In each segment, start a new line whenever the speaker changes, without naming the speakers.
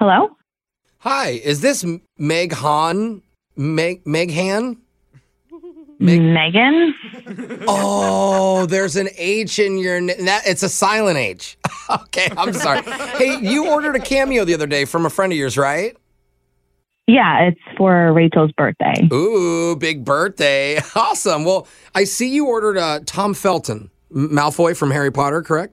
Hello?
Hi, is this M- Meg Han? Meg Meg Han?
Megan?
Oh, there's an H in your na- that it's a silent H. okay, I'm sorry. hey, you ordered a cameo the other day from a friend of yours, right?
Yeah, it's for Rachel's birthday.
Ooh, big birthday. Awesome. Well, I see you ordered uh, Tom Felton, M- Malfoy from Harry Potter, correct?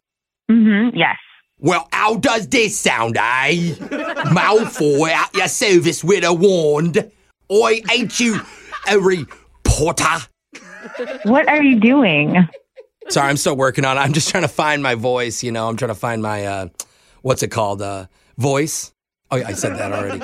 Mm-hmm. Yes.
Well, how does this sound, eh? Malfoy at your service with a wand. I hate you, Harry Potter.
What are you doing?
Sorry, I'm still working on it. I'm just trying to find my voice, you know. I'm trying to find my, uh, what's it called? Uh, voice. Oh, yeah, I said that already.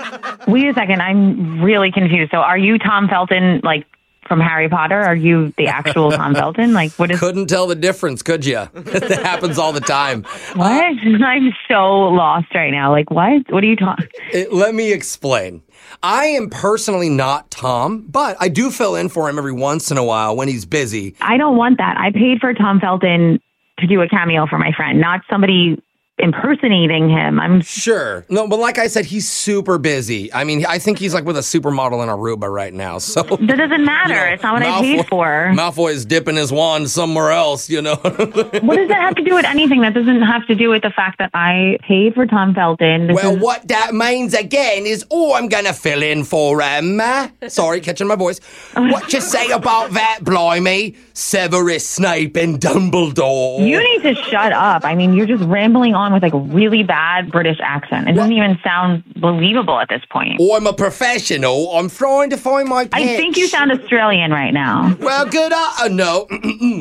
Wait a second. I'm really confused. So are you Tom Felton, like, from Harry Potter? Are you the actual Tom Felton? Like, what is...
Couldn't tell the difference, could you? that happens all the time.
What? I'm so lost right now. Like, what? What are you talking...
It- let me explain. I am personally not Tom, but I do fill in for him every once in a while when he's busy.
I don't want that. I paid for Tom Felton to do a cameo for my friend, not somebody impersonating him. I'm
Sure. No, but like I said, he's super busy. I mean, I think he's like with a supermodel in Aruba right now. So
that doesn't matter. it's not what I paid for.
Malfoy is dipping his wand somewhere else, you know.
what does that have to do with anything? That doesn't have to do with the fact that I paid for Tom Felton. This
Well,
is-
what that means again is, oh, I'm gonna fill in for him. Sorry, catching my voice. What you say about that, blimey? Severus Snape and Dumbledore.
you need to shut up. I mean, you're just rambling on with like really bad British accent. It doesn't even sound believable at this point.
Oh, I'm a professional. I'm trying to find my. Pitch.
I think you sound Australian right now.
Well, good. Uh, uh, no,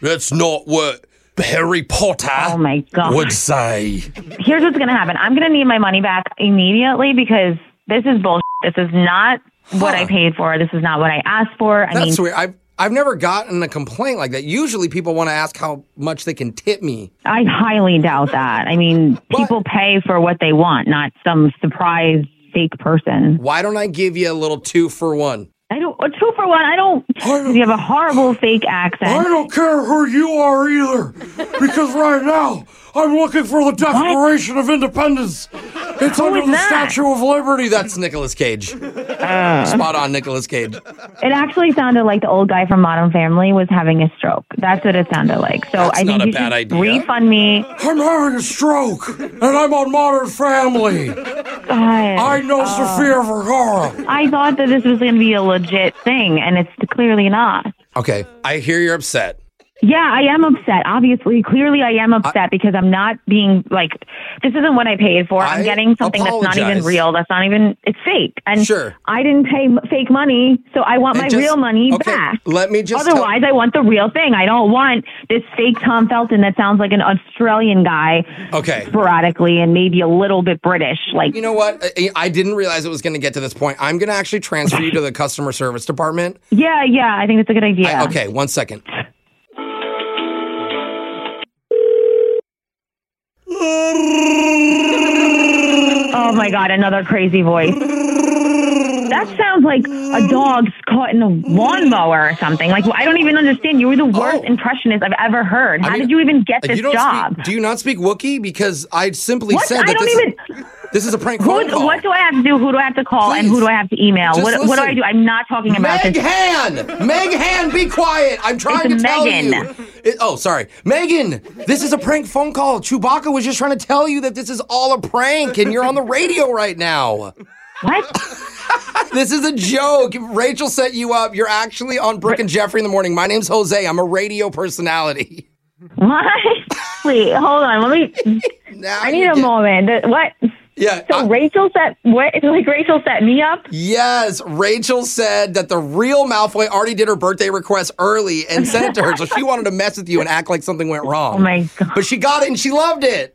that's not what Harry Potter
Oh my god.
would say.
here's what's going to happen. I'm going to need my money back immediately because this is bullshit. This is not what
Huh.
I paid for. This is not what I asked for. I mean,
That's weird. I've I've never gotten a complaint like that. Usually, people want to ask how much they can tip me.
I highly doubt that. I mean, people pay for what they want, not some surprise fake person.
Why don't I give you a little two for one?
I don't, a two for one, I don't,
don't-
you have a horrible fake accent.
I don't care who you are either, because right now I'm looking for the Declaration of Independence. It's under
is
the
that? Uh.
Statue of Liberty. That's Nicolas Cage. Spot on, Nicolas Cage.
It actually sounded like the old guy from Modern Family was having a stroke. That's what it sounded like. So I think
not a
you
bad
should
idea.
refund me.
I'm having a stroke, and I'm on Modern Family.
God.
know Sophia Vergara.
I thought that this was going to be a legit thing, and it's clearly not.
Okay, I hear you're upset.
Yeah, I am upset. Obviously, clearly, I am upset because I'm not being like this isn't what I paid for.
I
I'm getting something that's not
apologize.
even real. That's not even it's fake. And
Sure.
I didn't pay m- fake money, so I want
And
my
just-
real money
okay,
back.
let me just tell-
Otherwise, I want the real thing. I don't want this fake Tom Felton that sounds like an Australian guy
Okay.
sporadically and maybe a little bit British. Like
You know what? I, I didn't realize it was going to get to this point. I'm going to actually transfer you to the customer service department.
yeah, yeah. I think that's a good idea.
I- okay, one second.
Oh my god, another crazy voice. That sounds like a dog's caught in a lawnmower or something. Like I don't even understand. You were the worst
Oh.
impressionist I've ever heard. How
mean,
did you even get this
you don't
job?
Speak, do you not speak Wookiee? Because I simply
What?
said
I
that
don't
this,
even.
this is a prank
Who,
phone call.
what do I have to do? Who do I have to call? And
Please.
who do I have to email?
Just
What, what do I
listen.
do? I'm not talking about
Meg
this.
Han! Meg Han, be quiet! I'm trying
It's
to tell
Megan.
you. It- oh, sorry. Megan, this is a prank phone call. Chewbacca was just trying to tell you that this is all a prank and you're on the radio right now.
What?
This is a joke. Rachel set you up. You're actually on Brooke and Jeffrey in the morning. My name's Jose. I'm a radio personality.
What? Wait, hold on. Let me.
Now
I
you Uh,
need a
get-
moment. That- What?
Yeah.
So
I-
Rachel set what? Like Rachel set me up.
yes, Rachel said that the real Malfoy already did her birthday request early and sent it to her. so she wanted to mess with you and act like something went wrong.
Oh my god.
But she got it and she loved it.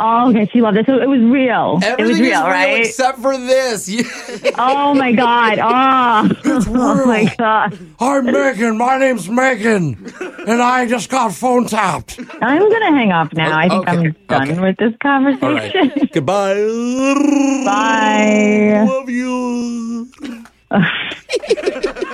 Oh, okay. She loved it. So it was real.
Everything
it was
is
real, right?
except for this.
Oh my god. Oh, oh my
real.
god.
Hi, Megan. My name's Megan, and I just got phone tapped.
I'm gonna hang up now. I think
okay,
I'm done
okay.
with this
All
conversation.
right. Goodbye.
Bye.
Love you.